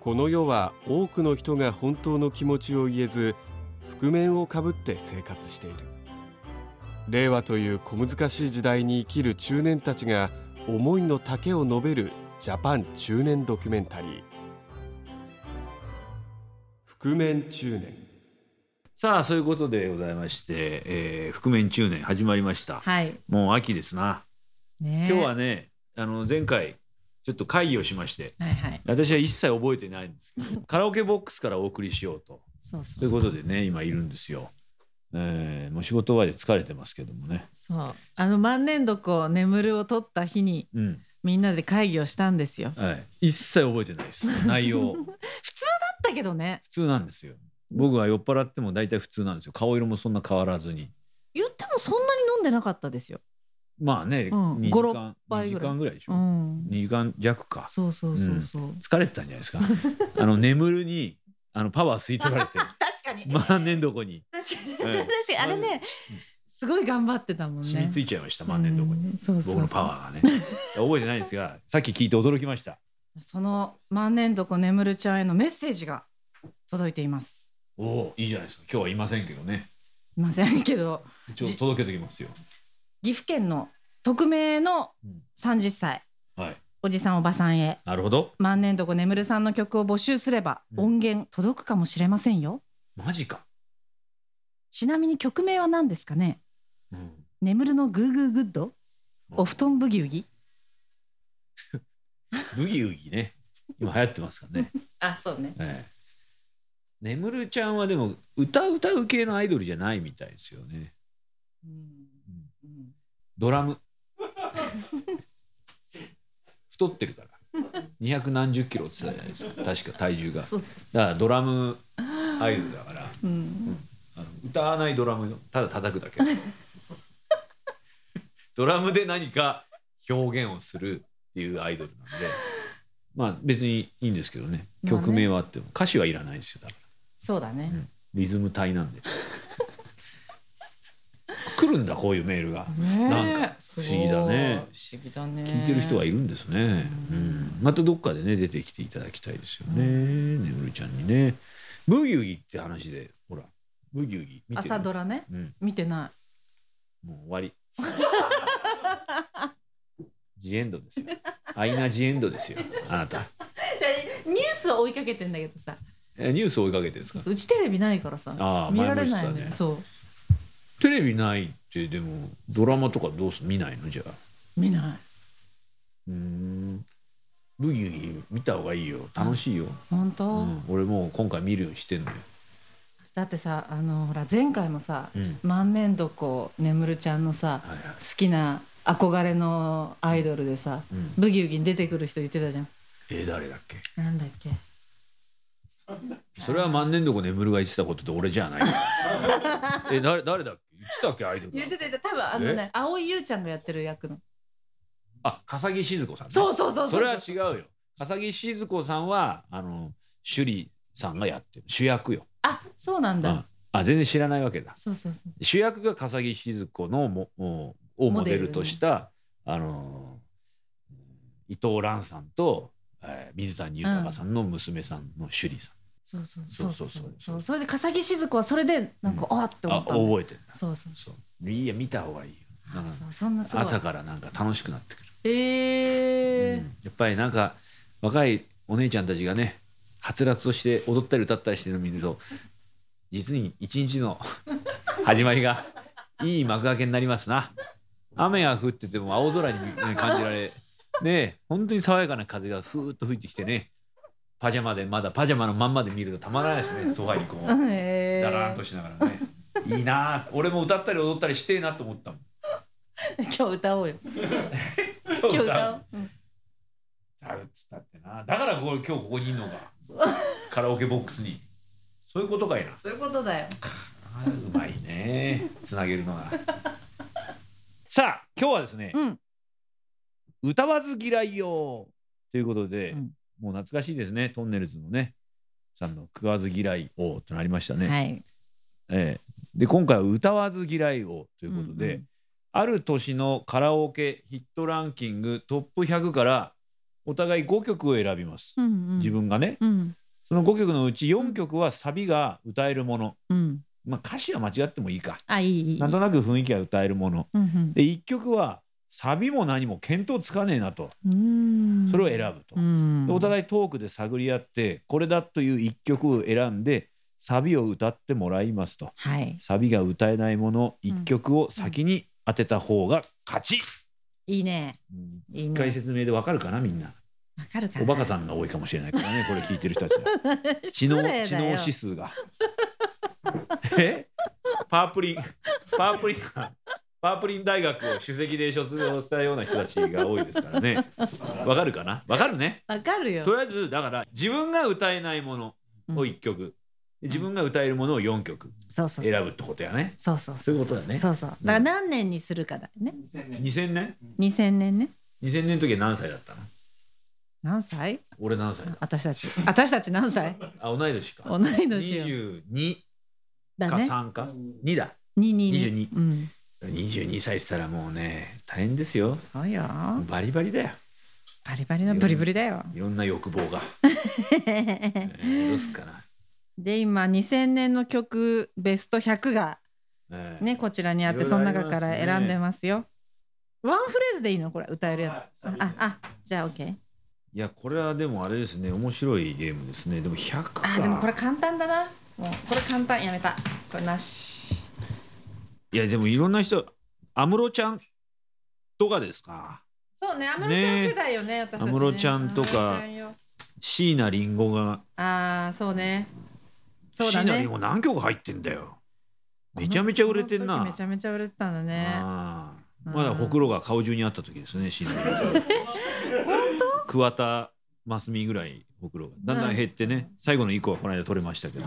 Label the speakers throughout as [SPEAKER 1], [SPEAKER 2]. [SPEAKER 1] この世は多くの人が本当の気持ちを言えず覆面をかぶって生活している令和という小難しい時代に生きる中年たちが思いの丈を述べるジャパン中年ドキュメンタリー覆面中年
[SPEAKER 2] さあそういうことでございまして、えー、覆面中年始まりました、
[SPEAKER 3] はい。
[SPEAKER 2] もう秋ですな
[SPEAKER 3] ねえ
[SPEAKER 2] 今日はねあの前回ちょっと会議をしまして
[SPEAKER 3] はいはい。
[SPEAKER 2] 私は一切覚えてないんですけどカラオケボックスからお送りしようと
[SPEAKER 3] そうそ
[SPEAKER 2] そう
[SPEAKER 3] う
[SPEAKER 2] いう
[SPEAKER 3] そう。
[SPEAKER 2] ことでね今いるんですよ、えーもう仕事終わりで疲れてますけどもね
[SPEAKER 3] そうあの万年床を眠るを取った日に
[SPEAKER 2] うん
[SPEAKER 3] みんなで会議をしたんですよ。だ
[SPEAKER 2] はい一切覚えてないです内 容
[SPEAKER 3] ったけどね
[SPEAKER 2] 普通なんですよ僕は酔っ払っても大体普通なんですよ顔色もそんな変わらずに
[SPEAKER 3] 言ってもそんなに飲んでなかったですよ。
[SPEAKER 2] まあね、
[SPEAKER 3] うん
[SPEAKER 2] 2時
[SPEAKER 3] 五六
[SPEAKER 2] 間2
[SPEAKER 3] 杯
[SPEAKER 2] 時
[SPEAKER 3] ぐらい
[SPEAKER 2] 間ぐらいでしょ、
[SPEAKER 3] うん。
[SPEAKER 2] 2時間弱か
[SPEAKER 3] そうそうそうそう。
[SPEAKER 2] 疲れてたんじゃない ですかあの眠るにあのパワー吸い取られ て
[SPEAKER 3] 確かに
[SPEAKER 2] 万年床に
[SPEAKER 3] 確かに
[SPEAKER 2] ええ
[SPEAKER 3] 確かにあれ
[SPEAKER 2] うん
[SPEAKER 3] ねすごい頑張ってたもんね。
[SPEAKER 2] 染みついちゃいました万年床に、
[SPEAKER 3] うんそうそうそう
[SPEAKER 2] 僕のパワーがね覚えてないんです がさっき聞いて驚きました
[SPEAKER 3] その万年床眠るちゃんへのメッセージが届いています。
[SPEAKER 2] おおいいじゃないですか今日はいませんけどね
[SPEAKER 3] いませんけど
[SPEAKER 2] 一応届けときますよ
[SPEAKER 3] 岐阜県の匿名の30歳
[SPEAKER 2] はい
[SPEAKER 3] おじさんおばさんへ
[SPEAKER 2] なるほど
[SPEAKER 3] 万年床眠るさんの曲を募集すれば
[SPEAKER 2] うん
[SPEAKER 3] 音源届くかもしれませんよ、
[SPEAKER 2] マジか、
[SPEAKER 3] ちなみに曲名は何ですかね
[SPEAKER 2] うん
[SPEAKER 3] 眠るのグーグーグッドお布団ブギウギ
[SPEAKER 2] ブギウギね今流行ってますからね、
[SPEAKER 3] あそうね
[SPEAKER 2] ええ、眠るちゃんはでも歌歌う系のアイドルじゃないみたいですよね
[SPEAKER 3] うん、うん
[SPEAKER 2] ドラム太ってるから二百何十キロって言ってたじゃないですか確か体重がだか
[SPEAKER 3] そうです
[SPEAKER 2] らドラムアイドルだから
[SPEAKER 3] うん
[SPEAKER 2] あの歌わないドラムのただ叩くだけドラムで何か表現をするっていうアイドルなんでまあ別にいいんですけどね
[SPEAKER 3] まあね
[SPEAKER 2] 曲名はあっても歌詞はいらないんですよだから
[SPEAKER 3] そうだね、
[SPEAKER 2] リズム体なんで来るんだこういうメールが、
[SPEAKER 3] ねえ
[SPEAKER 2] なんか不思議だね
[SPEAKER 3] すごい不思議だね
[SPEAKER 2] 聞いてる人はいるんですね、うん、またどっかでね出てきていただきたいですよね、ねむるちゃんにねブギウギって話でほらブギウギ見てる
[SPEAKER 3] 朝ドラね
[SPEAKER 2] うん
[SPEAKER 3] 見てな
[SPEAKER 2] もう終わり。ジエンドですよ。アイナジエンドですよ。あなた。
[SPEAKER 3] いじゃあニュースを追いかけてんだけどさ
[SPEAKER 2] えニュース追いかけてです
[SPEAKER 3] そ
[SPEAKER 2] か
[SPEAKER 3] うそううちテレビないからさ
[SPEAKER 2] ああ
[SPEAKER 3] 見られない
[SPEAKER 2] 前も
[SPEAKER 3] ん
[SPEAKER 2] 言っ
[SPEAKER 3] だ
[SPEAKER 2] てた
[SPEAKER 3] よ
[SPEAKER 2] ね
[SPEAKER 3] そ
[SPEAKER 2] テレビないってでもドラマとかどうす見ないのじゃあ。
[SPEAKER 3] う見ないう
[SPEAKER 2] ーん。ブギウギ見た方がいいよ。楽しいよ。
[SPEAKER 3] 本当、
[SPEAKER 2] うん、俺もう今回見るようにしてんのよ。
[SPEAKER 3] だってさあのほら前回もさ、
[SPEAKER 2] うん
[SPEAKER 3] 万年床眠るちゃんのさ、
[SPEAKER 2] はいはい
[SPEAKER 3] 好きな憧れのアイドルでさ、
[SPEAKER 2] うん
[SPEAKER 3] ブギウギに出てくる人言ってたじゃん
[SPEAKER 2] えー誰だっけ
[SPEAKER 3] なんだっけ
[SPEAKER 2] それは万年床眠るが言ってたことで俺じゃ ない。え誰誰だっけ言ってたっけアイドルが
[SPEAKER 3] 言ってた言ってた多分あのね蒼井優ちゃんがやってる役の
[SPEAKER 2] あ笠木静子さんね、
[SPEAKER 3] そうそうそうそう
[SPEAKER 2] それは違うよ笠木静子さんはあの趣里さんがやってる主役よ、
[SPEAKER 3] あそうなんだ、
[SPEAKER 2] うんあ全然知らないわけだ
[SPEAKER 3] そうそうそう
[SPEAKER 2] 主役が笠木静子のももをモデルとした、あの伊藤蘭さんと、えー水谷豊さんの娘さんの趣里さ
[SPEAKER 3] そうそう
[SPEAKER 2] そうそうそう
[SPEAKER 3] そうそれで笠置静子はそれでなんか、あっって
[SPEAKER 2] ん、あ
[SPEAKER 3] 思ったの
[SPEAKER 2] 覚えてるんだ
[SPEAKER 3] そうそう
[SPEAKER 2] そういいや見た方がいいよなんか
[SPEAKER 3] そうそんなすごい
[SPEAKER 2] 朝からなんか楽しくなってくる
[SPEAKER 3] えー
[SPEAKER 2] うんやっぱりなんか若いお姉ちゃんたちがねはつらつとして踊ったり歌ったりしてるのを見ると実に一日の 始まりがいい幕開けになりますな雨が降ってても青空に、ね、感じられねえ本当に爽やかな風がふーっと吹いてきてねパジャマでまだパジャマのまんまで見るとたまらないですねソファにこう
[SPEAKER 3] えー
[SPEAKER 2] だらーんとしながらねいいなあ俺も歌ったり踊ったりしてえなと思ったもん
[SPEAKER 3] 今日歌おうよ
[SPEAKER 2] 今
[SPEAKER 3] 今日歌おう、うん
[SPEAKER 2] あるっつったってなだからここ今日ここにいるのがカラオケボックスにそういうことかいな
[SPEAKER 3] そういうことだよ
[SPEAKER 2] あーうまいねつなげるのがさあ今日はですね、
[SPEAKER 3] うん
[SPEAKER 2] 歌わず嫌いよということで、
[SPEAKER 3] うん
[SPEAKER 2] もう懐かしいですねトンネルズのねさんの食わず嫌い王となりましたね、
[SPEAKER 3] はい
[SPEAKER 2] ええで今回は歌わず嫌い王ということで、
[SPEAKER 3] うんうん
[SPEAKER 2] ある年のカラオケヒットランキングトップ100からお互い5曲を選びます、
[SPEAKER 3] うんうん
[SPEAKER 2] 自分がね
[SPEAKER 3] うん
[SPEAKER 2] その5曲のうち4曲はサビが歌えるもの、
[SPEAKER 3] うん
[SPEAKER 2] まあ、歌詞は間違ってもいいか
[SPEAKER 3] あいいいいいい
[SPEAKER 2] なんとなく雰囲気が歌えるもの
[SPEAKER 3] うん
[SPEAKER 2] で1曲はサビも何も見当つかねえなと
[SPEAKER 3] うん
[SPEAKER 2] それを選ぶと、
[SPEAKER 3] うん
[SPEAKER 2] でお互いトークで探り合ってこれだという1曲を選んでサビを歌ってもらいますと
[SPEAKER 3] はい
[SPEAKER 2] サビが歌えないもの1曲を先に当てた方が勝ち、
[SPEAKER 3] いいね
[SPEAKER 2] うん
[SPEAKER 3] いい
[SPEAKER 2] 一
[SPEAKER 3] ね
[SPEAKER 2] 回説明でわかるかなみんな
[SPEAKER 3] わかるかな
[SPEAKER 2] おバカさんが多いかもしれないからねこれ聞いてる人たちは 知能
[SPEAKER 3] 失礼
[SPEAKER 2] 知
[SPEAKER 3] だ
[SPEAKER 2] 能
[SPEAKER 3] よ
[SPEAKER 2] 指数が えパープリンパープリンがパープリン大学を首席で卒業したような人たちが多いですからねわかるかなわかるね
[SPEAKER 3] わかるよ
[SPEAKER 2] とりあえずだから自分が歌えないものを1曲、自分が歌えるものを4曲
[SPEAKER 3] そうそうそう
[SPEAKER 2] 選ぶってことやね
[SPEAKER 3] そうそう
[SPEAKER 2] そういうことだね
[SPEAKER 3] そうそうだから何年にするかだよね
[SPEAKER 2] 2000年
[SPEAKER 3] 2000年ね
[SPEAKER 2] 2000年の時は何歳だったの
[SPEAKER 3] 何歳
[SPEAKER 2] 俺何歳だ
[SPEAKER 3] 私たち私たち何歳
[SPEAKER 2] あ同い年か
[SPEAKER 3] 同い年よ
[SPEAKER 2] 22
[SPEAKER 3] だ
[SPEAKER 2] か
[SPEAKER 3] ね
[SPEAKER 2] 3か2だ
[SPEAKER 3] 二二
[SPEAKER 2] 22
[SPEAKER 3] うん
[SPEAKER 2] 22歳したらもうね大変ですよ
[SPEAKER 3] そうよ
[SPEAKER 2] バリバリだよ
[SPEAKER 3] バリバリのブリブリだよ
[SPEAKER 2] いろんな欲望が、え ーどうすっかな、
[SPEAKER 3] で今2000年の曲ベスト100が
[SPEAKER 2] えー
[SPEAKER 3] ねこちらにあっ
[SPEAKER 2] い
[SPEAKER 3] て
[SPEAKER 2] ろい
[SPEAKER 3] そ
[SPEAKER 2] ろあ
[SPEAKER 3] の
[SPEAKER 2] りますね
[SPEAKER 3] 中から選んでますよワンフレーズでいいのこれ歌えるやつああじゃあ OK
[SPEAKER 2] いやこれはでもあれですね面白いゲームですねでも100か
[SPEAKER 3] あでもこれ簡単だなもうこれ簡単やめたこれなし
[SPEAKER 2] いやでもいろんな人安室ちゃんとかですか
[SPEAKER 3] そうね安室ちゃん世代よね私たちね
[SPEAKER 2] 安室ちゃんとか
[SPEAKER 3] 安室ちゃんよ
[SPEAKER 2] 椎名林檎が
[SPEAKER 3] ああそうねそう
[SPEAKER 2] 椎
[SPEAKER 3] だ
[SPEAKER 2] 名林
[SPEAKER 3] ね
[SPEAKER 2] 檎何曲入ってんだよめちゃめちゃ売れてん
[SPEAKER 3] この
[SPEAKER 2] な
[SPEAKER 3] 時めちゃめちゃ売れてたんだね
[SPEAKER 2] ああ
[SPEAKER 3] うん
[SPEAKER 2] まだほくろが顔中にあった時ですね、新年。桑田真澄ぐらいほくろがだんだん減ってね、最後の一個はこの間取れましたけど、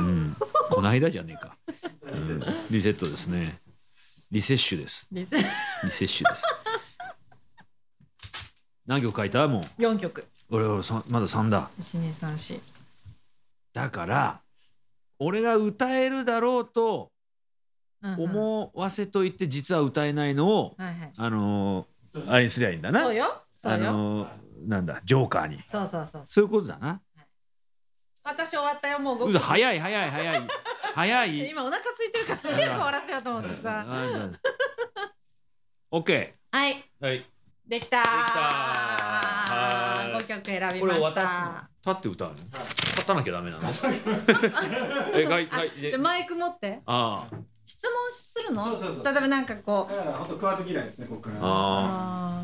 [SPEAKER 2] うん、この間じゃねえか、うんリセットですね。リセッシュです。
[SPEAKER 3] リセ
[SPEAKER 2] リセッシュです。何曲書いたもう
[SPEAKER 3] 4曲
[SPEAKER 2] 俺俺さんまだ3だ。
[SPEAKER 3] 1234
[SPEAKER 2] だから俺が歌えるだろうと思わせといて実は歌えないのを
[SPEAKER 3] はいはい
[SPEAKER 2] あのーあれにすりゃいいんだな。
[SPEAKER 3] そうよそ
[SPEAKER 2] あ
[SPEAKER 3] うよ、
[SPEAKER 2] のーなんだジョーカーに。
[SPEAKER 3] そうそうそう
[SPEAKER 2] そういうことだな。
[SPEAKER 3] 私終わったよもう
[SPEAKER 2] う
[SPEAKER 3] 5
[SPEAKER 2] わ
[SPEAKER 3] 曲
[SPEAKER 2] 早い早い早い早 い。
[SPEAKER 3] 今お腹空いてるから早く終わらせようと思ってさ
[SPEAKER 2] オッケ
[SPEAKER 3] はい
[SPEAKER 2] ー。はい。
[SPEAKER 3] できたー
[SPEAKER 2] できたーはーい
[SPEAKER 3] 5曲選び
[SPEAKER 2] こ
[SPEAKER 3] ま
[SPEAKER 2] れ
[SPEAKER 3] し
[SPEAKER 2] 私
[SPEAKER 3] た
[SPEAKER 2] 立って歌うの。立たなきゃダメなの。えはいはい。で
[SPEAKER 3] じゃあマイク持って
[SPEAKER 2] ああ
[SPEAKER 3] 質問するの
[SPEAKER 4] そうそうそう
[SPEAKER 3] 例えばなんかこう
[SPEAKER 4] だから本当食わず嫌いですね僕らは。
[SPEAKER 2] あ
[SPEAKER 3] あ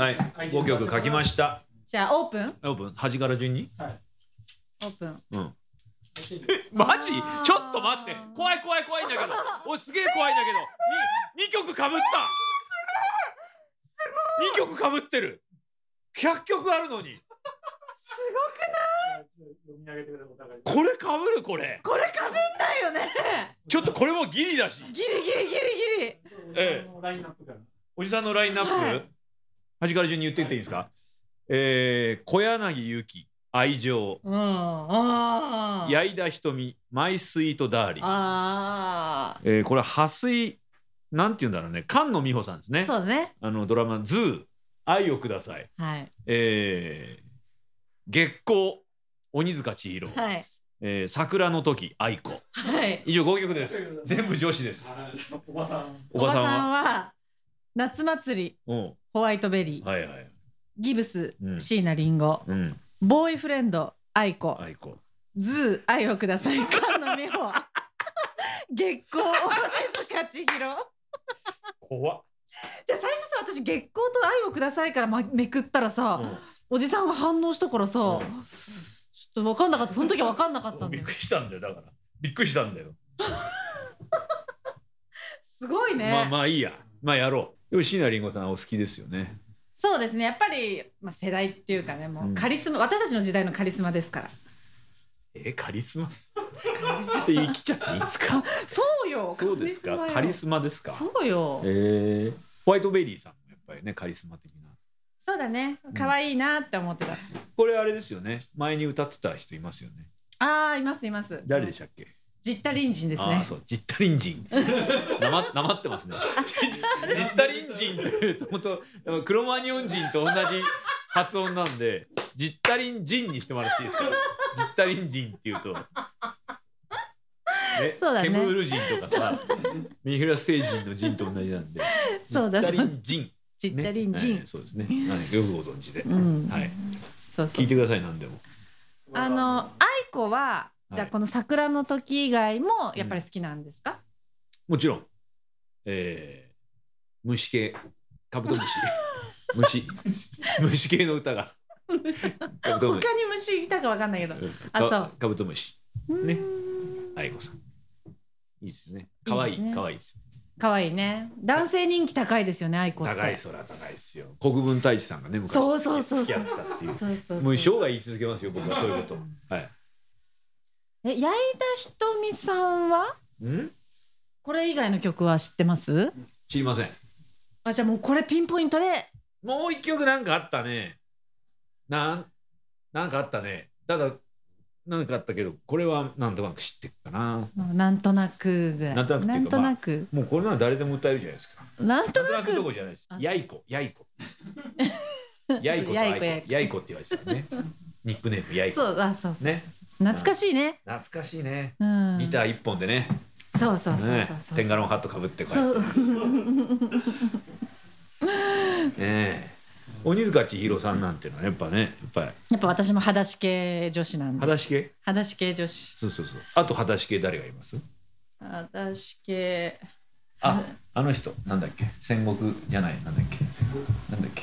[SPEAKER 3] ー
[SPEAKER 2] あはい。五曲書きました。
[SPEAKER 3] じゃあオープン
[SPEAKER 2] オープン端から順に。
[SPEAKER 3] オープン
[SPEAKER 2] うん。
[SPEAKER 4] 美味しい
[SPEAKER 2] マジちょっと待って怖い怖い怖いんだけどおすげえ怖いんだけどに2曲かぶった2曲かぶってる100曲あるのに
[SPEAKER 4] 読み上げてくださいお互い。
[SPEAKER 2] これかぶるこれ
[SPEAKER 3] これかぶんないよね
[SPEAKER 2] ちょっとこれもギリだし
[SPEAKER 3] ギリギリギリギリ
[SPEAKER 2] ええ
[SPEAKER 4] おじさんのラインナップから。
[SPEAKER 2] おじさんのラインナップ、
[SPEAKER 3] は
[SPEAKER 2] 端から順に言っていっていいですか、えー、小柳ゆき愛情
[SPEAKER 3] うんあー
[SPEAKER 2] 矢井田瞳マイスイートダーリン、
[SPEAKER 3] あ
[SPEAKER 2] えー、これ破水なんて言うんだろうね菅野美穂さんです
[SPEAKER 3] ー
[SPEAKER 2] ね
[SPEAKER 3] そうだね
[SPEAKER 2] あのドラマ「ズー愛をください」
[SPEAKER 3] はい
[SPEAKER 2] えー月光鬼塚千尋、
[SPEAKER 3] はい
[SPEAKER 2] えー桜の時愛子
[SPEAKER 3] はい
[SPEAKER 2] 以上5曲です全部女子です
[SPEAKER 4] おばさん。
[SPEAKER 2] おばさん
[SPEAKER 3] おばさん
[SPEAKER 2] は
[SPEAKER 3] は夏祭り
[SPEAKER 2] うん
[SPEAKER 3] ホワイトベリー、
[SPEAKER 2] はいはい
[SPEAKER 3] ギブス、
[SPEAKER 2] うん
[SPEAKER 3] 椎名林檎
[SPEAKER 2] うん
[SPEAKER 3] ボーイフレンド愛子、
[SPEAKER 2] 愛子
[SPEAKER 3] ズー愛をください菅野美 穂月光大塚千尋じゃあ
[SPEAKER 2] 怖っ、
[SPEAKER 3] 最初さ私月光と愛をくださいからまめくったらさ、
[SPEAKER 2] う
[SPEAKER 3] おじさんが反応したからさ、
[SPEAKER 2] うん
[SPEAKER 3] ちょっと分かんなかったその時は分かんなかった
[SPEAKER 2] ん、
[SPEAKER 3] んだ
[SPEAKER 2] びっ
[SPEAKER 3] よ
[SPEAKER 2] くりしたんだよだからびっくりしたんだよ、
[SPEAKER 3] すごいね、
[SPEAKER 2] まあまあいいやまあやろうでも椎名林檎さんお好きですよね
[SPEAKER 3] そうですねやっぱり、まあ、世代っていうかねもうカリスマ、私たちの時代のカリスマですから
[SPEAKER 2] えカリスマって言い切っちゃっていいですか
[SPEAKER 3] そうよ
[SPEAKER 2] そうですかカ
[SPEAKER 3] カリ
[SPEAKER 2] リ
[SPEAKER 3] ス
[SPEAKER 2] スマですか
[SPEAKER 3] マよそうよ
[SPEAKER 2] えー、ホワイトベリーさんもやっぱりねカリスマ的な
[SPEAKER 3] そうだね可愛いなって思ってた、
[SPEAKER 2] これあれですよね前に歌ってた人いますよね
[SPEAKER 3] ああいますいます
[SPEAKER 2] 誰でしたっけ
[SPEAKER 3] ジッタリンジンです
[SPEAKER 2] あ
[SPEAKER 3] ね
[SPEAKER 2] あそうジッタリンジンなまなまってますねジッジッタリンジンというと本当黒マニオン人と同じ発音なんでジッタリンジンにしてもらっていいですかジッタリンジンっていうと、ね
[SPEAKER 3] そうだね
[SPEAKER 2] ケムール人とかさ三浦聖人の人と同じなんで
[SPEAKER 3] そうだ
[SPEAKER 2] ジ
[SPEAKER 3] そ
[SPEAKER 2] ッ
[SPEAKER 3] う
[SPEAKER 2] タリンジン、ね、
[SPEAKER 3] ジッタリンジン
[SPEAKER 2] はい、そうですね、はい、よくご存知で、
[SPEAKER 3] うん
[SPEAKER 2] はい、
[SPEAKER 3] そうそ
[SPEAKER 2] 聞
[SPEAKER 3] う
[SPEAKER 2] いてください何でも
[SPEAKER 3] あの愛子はじゃあ
[SPEAKER 2] はい
[SPEAKER 3] この桜の時以外もやっぱり好きなんですか、
[SPEAKER 2] もちろん、えー、虫系カブトム シ虫虫系の歌がカブトムシ
[SPEAKER 3] 他に虫いたかわかんないけど
[SPEAKER 2] うん
[SPEAKER 3] あそう
[SPEAKER 2] かカブトムシね
[SPEAKER 3] うーん
[SPEAKER 2] 愛子さんいいですね可愛
[SPEAKER 3] いいです
[SPEAKER 2] い
[SPEAKER 3] ね
[SPEAKER 2] 可愛いです
[SPEAKER 3] 可愛いね男性人気高いですよね愛子って
[SPEAKER 2] 高い空高いですよ国分太一さんがね昔
[SPEAKER 3] そうそうそう
[SPEAKER 2] 付き合ってたっていう
[SPEAKER 3] そうそう
[SPEAKER 2] も
[SPEAKER 3] そうう
[SPEAKER 2] 一生涯言い続けますよ僕はそういうことはい
[SPEAKER 3] え矢井田ひとみさんは
[SPEAKER 2] うん
[SPEAKER 3] これ以外の曲は知ってます
[SPEAKER 2] 知りません
[SPEAKER 3] あじゃあもうこれピンポイントで
[SPEAKER 2] もう一曲なんかあったねなんなんかあったねただなんかあったけどこれはなんとなく知ってるかな
[SPEAKER 3] なんとなくぐらい
[SPEAKER 2] なんとなくっていうか
[SPEAKER 3] なんとなく
[SPEAKER 2] もうこれなら誰でも歌えるじゃないですか
[SPEAKER 3] なんと
[SPEAKER 2] なんとなくどころじゃないです
[SPEAKER 3] あ
[SPEAKER 2] やいこやい こやいこと
[SPEAKER 3] や
[SPEAKER 2] あ
[SPEAKER 3] いこ
[SPEAKER 2] いこやいこって言われてたねニックネームやいこ
[SPEAKER 3] そうあそうそうそう
[SPEAKER 2] ね
[SPEAKER 3] 懐かしいね
[SPEAKER 2] 懐かしいね
[SPEAKER 3] うん
[SPEAKER 2] ギター一本でね
[SPEAKER 3] そうそうそう
[SPEAKER 2] ね
[SPEAKER 3] そうそう
[SPEAKER 2] テンガロンハットかぶってこうやっ
[SPEAKER 3] そう
[SPEAKER 2] てね鬼塚千尋さんなんてのはやっぱねやっぱり
[SPEAKER 3] やっぱ私も裸足系女子なんで
[SPEAKER 2] 裸足系
[SPEAKER 3] 裸足系女子
[SPEAKER 2] そうそうそうあと裸足系誰がいます
[SPEAKER 3] 裸足系
[SPEAKER 2] ああの人なんだっけ戦国じゃないなんだっけなんだっけ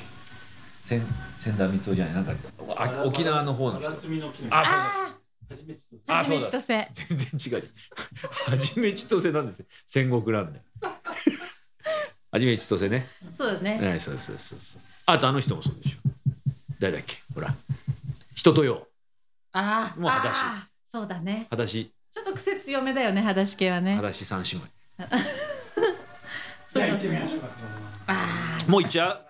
[SPEAKER 2] 千千田光雄じゃないなんかあ沖縄の方の人
[SPEAKER 4] 七つみの木の
[SPEAKER 2] あそうだ
[SPEAKER 3] あ
[SPEAKER 4] 初めてちょっと
[SPEAKER 3] あ
[SPEAKER 2] あ
[SPEAKER 3] はじ
[SPEAKER 2] そうだ
[SPEAKER 3] め千歳
[SPEAKER 2] 全然違う。 はじめ千歳なんですよ。戦国なんで。 はじめ千歳ね。
[SPEAKER 3] そうだね
[SPEAKER 2] はい、そうですそうですそうです。あとあの人もそうでしょ。誰だっけ、ほら。人とよ、
[SPEAKER 3] あー
[SPEAKER 2] もう裸足
[SPEAKER 3] あーそうだね
[SPEAKER 2] はだし、
[SPEAKER 3] ちょっと癖強めだよね裸足系はね
[SPEAKER 2] はだし三姉妹。
[SPEAKER 4] じ
[SPEAKER 3] そう
[SPEAKER 4] ゃあ
[SPEAKER 3] そ
[SPEAKER 4] 行
[SPEAKER 3] う
[SPEAKER 4] って
[SPEAKER 3] そう
[SPEAKER 4] みましょうか
[SPEAKER 3] あー
[SPEAKER 2] もう行っちゃ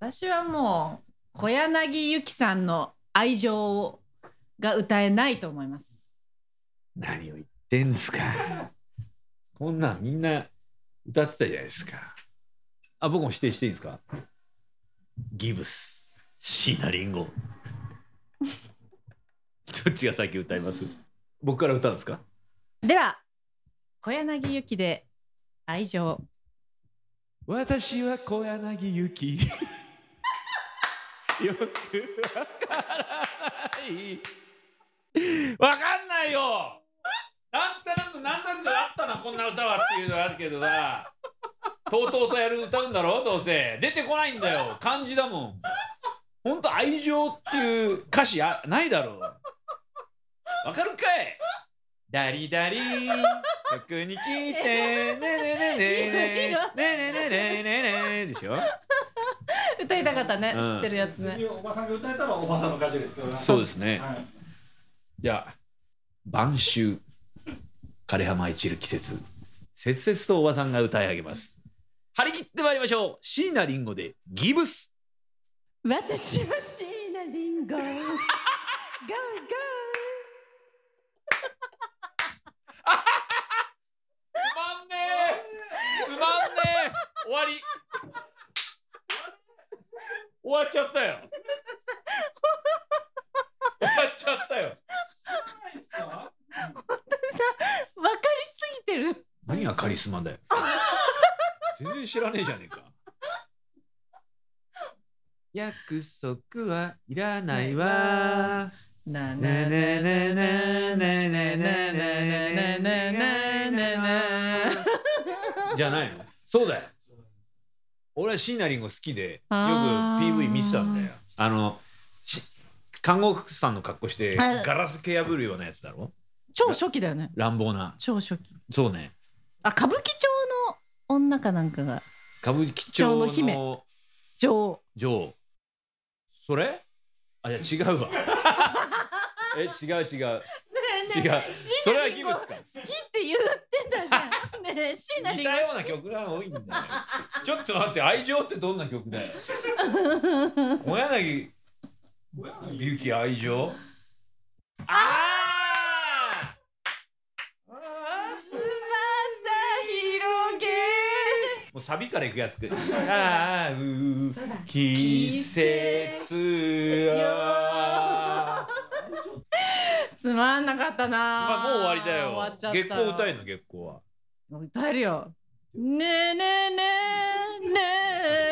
[SPEAKER 3] 私はもう小柳ゆきさんの愛情をが歌えないと思います
[SPEAKER 2] う。何を言ってんですか。こんなんみんな歌ってたじゃないですか。あ、僕も指定していいんですか。ギブス、シナリンゴ。 どっちが先歌います。僕から歌うんですか。
[SPEAKER 3] では小柳ゆきで愛情
[SPEAKER 2] 私は小柳ゆきよくわからないわかんないよなんとなくなんとなくあったなこんな歌はっていうのはあるけどさとうとうとやる歌うんだろどうせ出てこないんだよ漢字だもんほんと愛情っていう歌詞あないだろうわかるかいダリダリ僕に聞いてねねねねねねねねねねねでしょ
[SPEAKER 3] 歌いたかったね、
[SPEAKER 2] うん
[SPEAKER 3] 知ってるやつ
[SPEAKER 4] 次
[SPEAKER 3] ね
[SPEAKER 4] おばさんが歌えたらおばさんの歌詞ですから
[SPEAKER 2] そうですね
[SPEAKER 4] はい
[SPEAKER 2] じゃあ晩秋枯葉舞い散る季節切々とおばさんが歌い上げます張り切ってまいりましょう椎名林檎でギブス
[SPEAKER 3] 私はシーナリンゴゴーゴー
[SPEAKER 2] つまんねえつまんねえ終わり終わっちゃったよ 終わっちゃったよ
[SPEAKER 4] ないっすか
[SPEAKER 3] わかりすぎてる
[SPEAKER 2] 何がカリスマだよ全然知らねえじゃねえか約束はいらないわな
[SPEAKER 3] な
[SPEAKER 2] ななななななななななじゃないのそうだよ俺は椎名林檎好きでよく
[SPEAKER 3] あー
[SPEAKER 2] PV 見てたんだよあのし看護婦さんの格好して
[SPEAKER 3] あ
[SPEAKER 2] ガラス蹴破るようなやつだろ
[SPEAKER 3] 超初期だよね
[SPEAKER 2] 乱暴な
[SPEAKER 3] 超初期
[SPEAKER 2] そうね
[SPEAKER 3] あ歌舞伎町の女かなんかが
[SPEAKER 2] 歌舞伎町の
[SPEAKER 3] 町の姫女王
[SPEAKER 2] 女王それあいや違 うわえ違う違う
[SPEAKER 3] ねえ
[SPEAKER 2] 違
[SPEAKER 3] ねえ
[SPEAKER 2] うそれはギブス
[SPEAKER 3] 好
[SPEAKER 2] か
[SPEAKER 3] きって言ってたじゃんねえシーナ
[SPEAKER 2] 似
[SPEAKER 3] リンゴ
[SPEAKER 2] たような曲が多いんだよちょっと待って愛情ってどんな曲 だよ小柳ゆき愛情ああ
[SPEAKER 3] 翼広げ
[SPEAKER 2] うサビからいくやつ く。ああ、ううう。
[SPEAKER 3] そうだ
[SPEAKER 2] 季節は。
[SPEAKER 3] つまんなかったな
[SPEAKER 2] まあ、もう終わりだ
[SPEAKER 3] 終わ
[SPEAKER 2] よ
[SPEAKER 3] っちゃ。った
[SPEAKER 2] 月光歌えんの、月光は。
[SPEAKER 3] 歌えるよねえねえねえね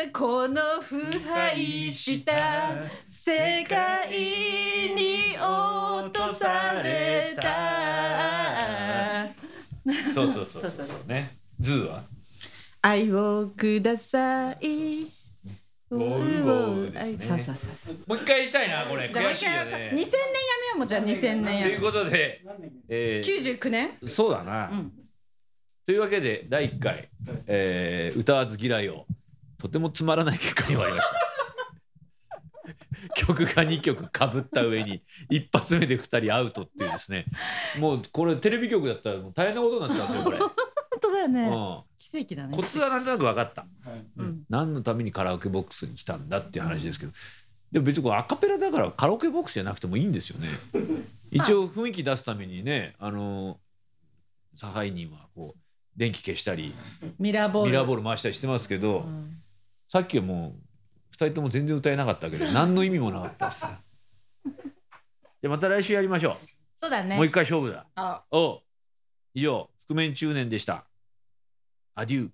[SPEAKER 3] えこの腐敗した世界に落とされた
[SPEAKER 2] そうそうそうそうそうね。ズーは。
[SPEAKER 3] 愛をください
[SPEAKER 2] ウォウウォウですね
[SPEAKER 3] そうそうそうそう
[SPEAKER 2] もう一回やりたいな、これ。
[SPEAKER 3] じゃあもう
[SPEAKER 2] 悔し
[SPEAKER 3] 一
[SPEAKER 2] いよ
[SPEAKER 3] 回2000年やめよ
[SPEAKER 2] ね。
[SPEAKER 3] うもうじゃあ
[SPEAKER 2] と
[SPEAKER 3] 2000年や
[SPEAKER 2] い
[SPEAKER 3] め
[SPEAKER 2] う
[SPEAKER 3] よ
[SPEAKER 2] ことで、
[SPEAKER 4] 何年
[SPEAKER 2] え
[SPEAKER 3] う
[SPEAKER 2] ー、
[SPEAKER 3] 99年
[SPEAKER 2] そうだな。
[SPEAKER 3] うん
[SPEAKER 2] というわけで第1回、えー、歌わず嫌いをとてもつまらない結果に終わりました曲が2曲かぶった上に一発目で2人アウトっていうですねもうこれテレビ局だったらもう大変なことになってたんですよこれ、
[SPEAKER 3] 本当だよ
[SPEAKER 2] う
[SPEAKER 3] ね
[SPEAKER 2] ん、
[SPEAKER 3] 奇跡だね
[SPEAKER 2] コツはなんとなく分かった、
[SPEAKER 4] はい
[SPEAKER 3] うん
[SPEAKER 2] 何のためにカラオケボックスに来たんだっていう話ですけどでも別にこれアカペラだからカラオケボックスじゃなくてもいいんですよ ね一応雰囲気出すためにねあの差配人はこう電気消したり
[SPEAKER 3] ミラーボール
[SPEAKER 2] ミラーボール回したりしてますけど、
[SPEAKER 3] うん
[SPEAKER 2] さっきはもう二人とも全然歌えなかった けど何の意味もなかったですね。じゃあまた来週やりましょ
[SPEAKER 3] そうだ
[SPEAKER 2] う。
[SPEAKER 3] ね
[SPEAKER 2] もう一回勝負だ。
[SPEAKER 3] あ
[SPEAKER 2] おう以上覆面中年でした。アデュー。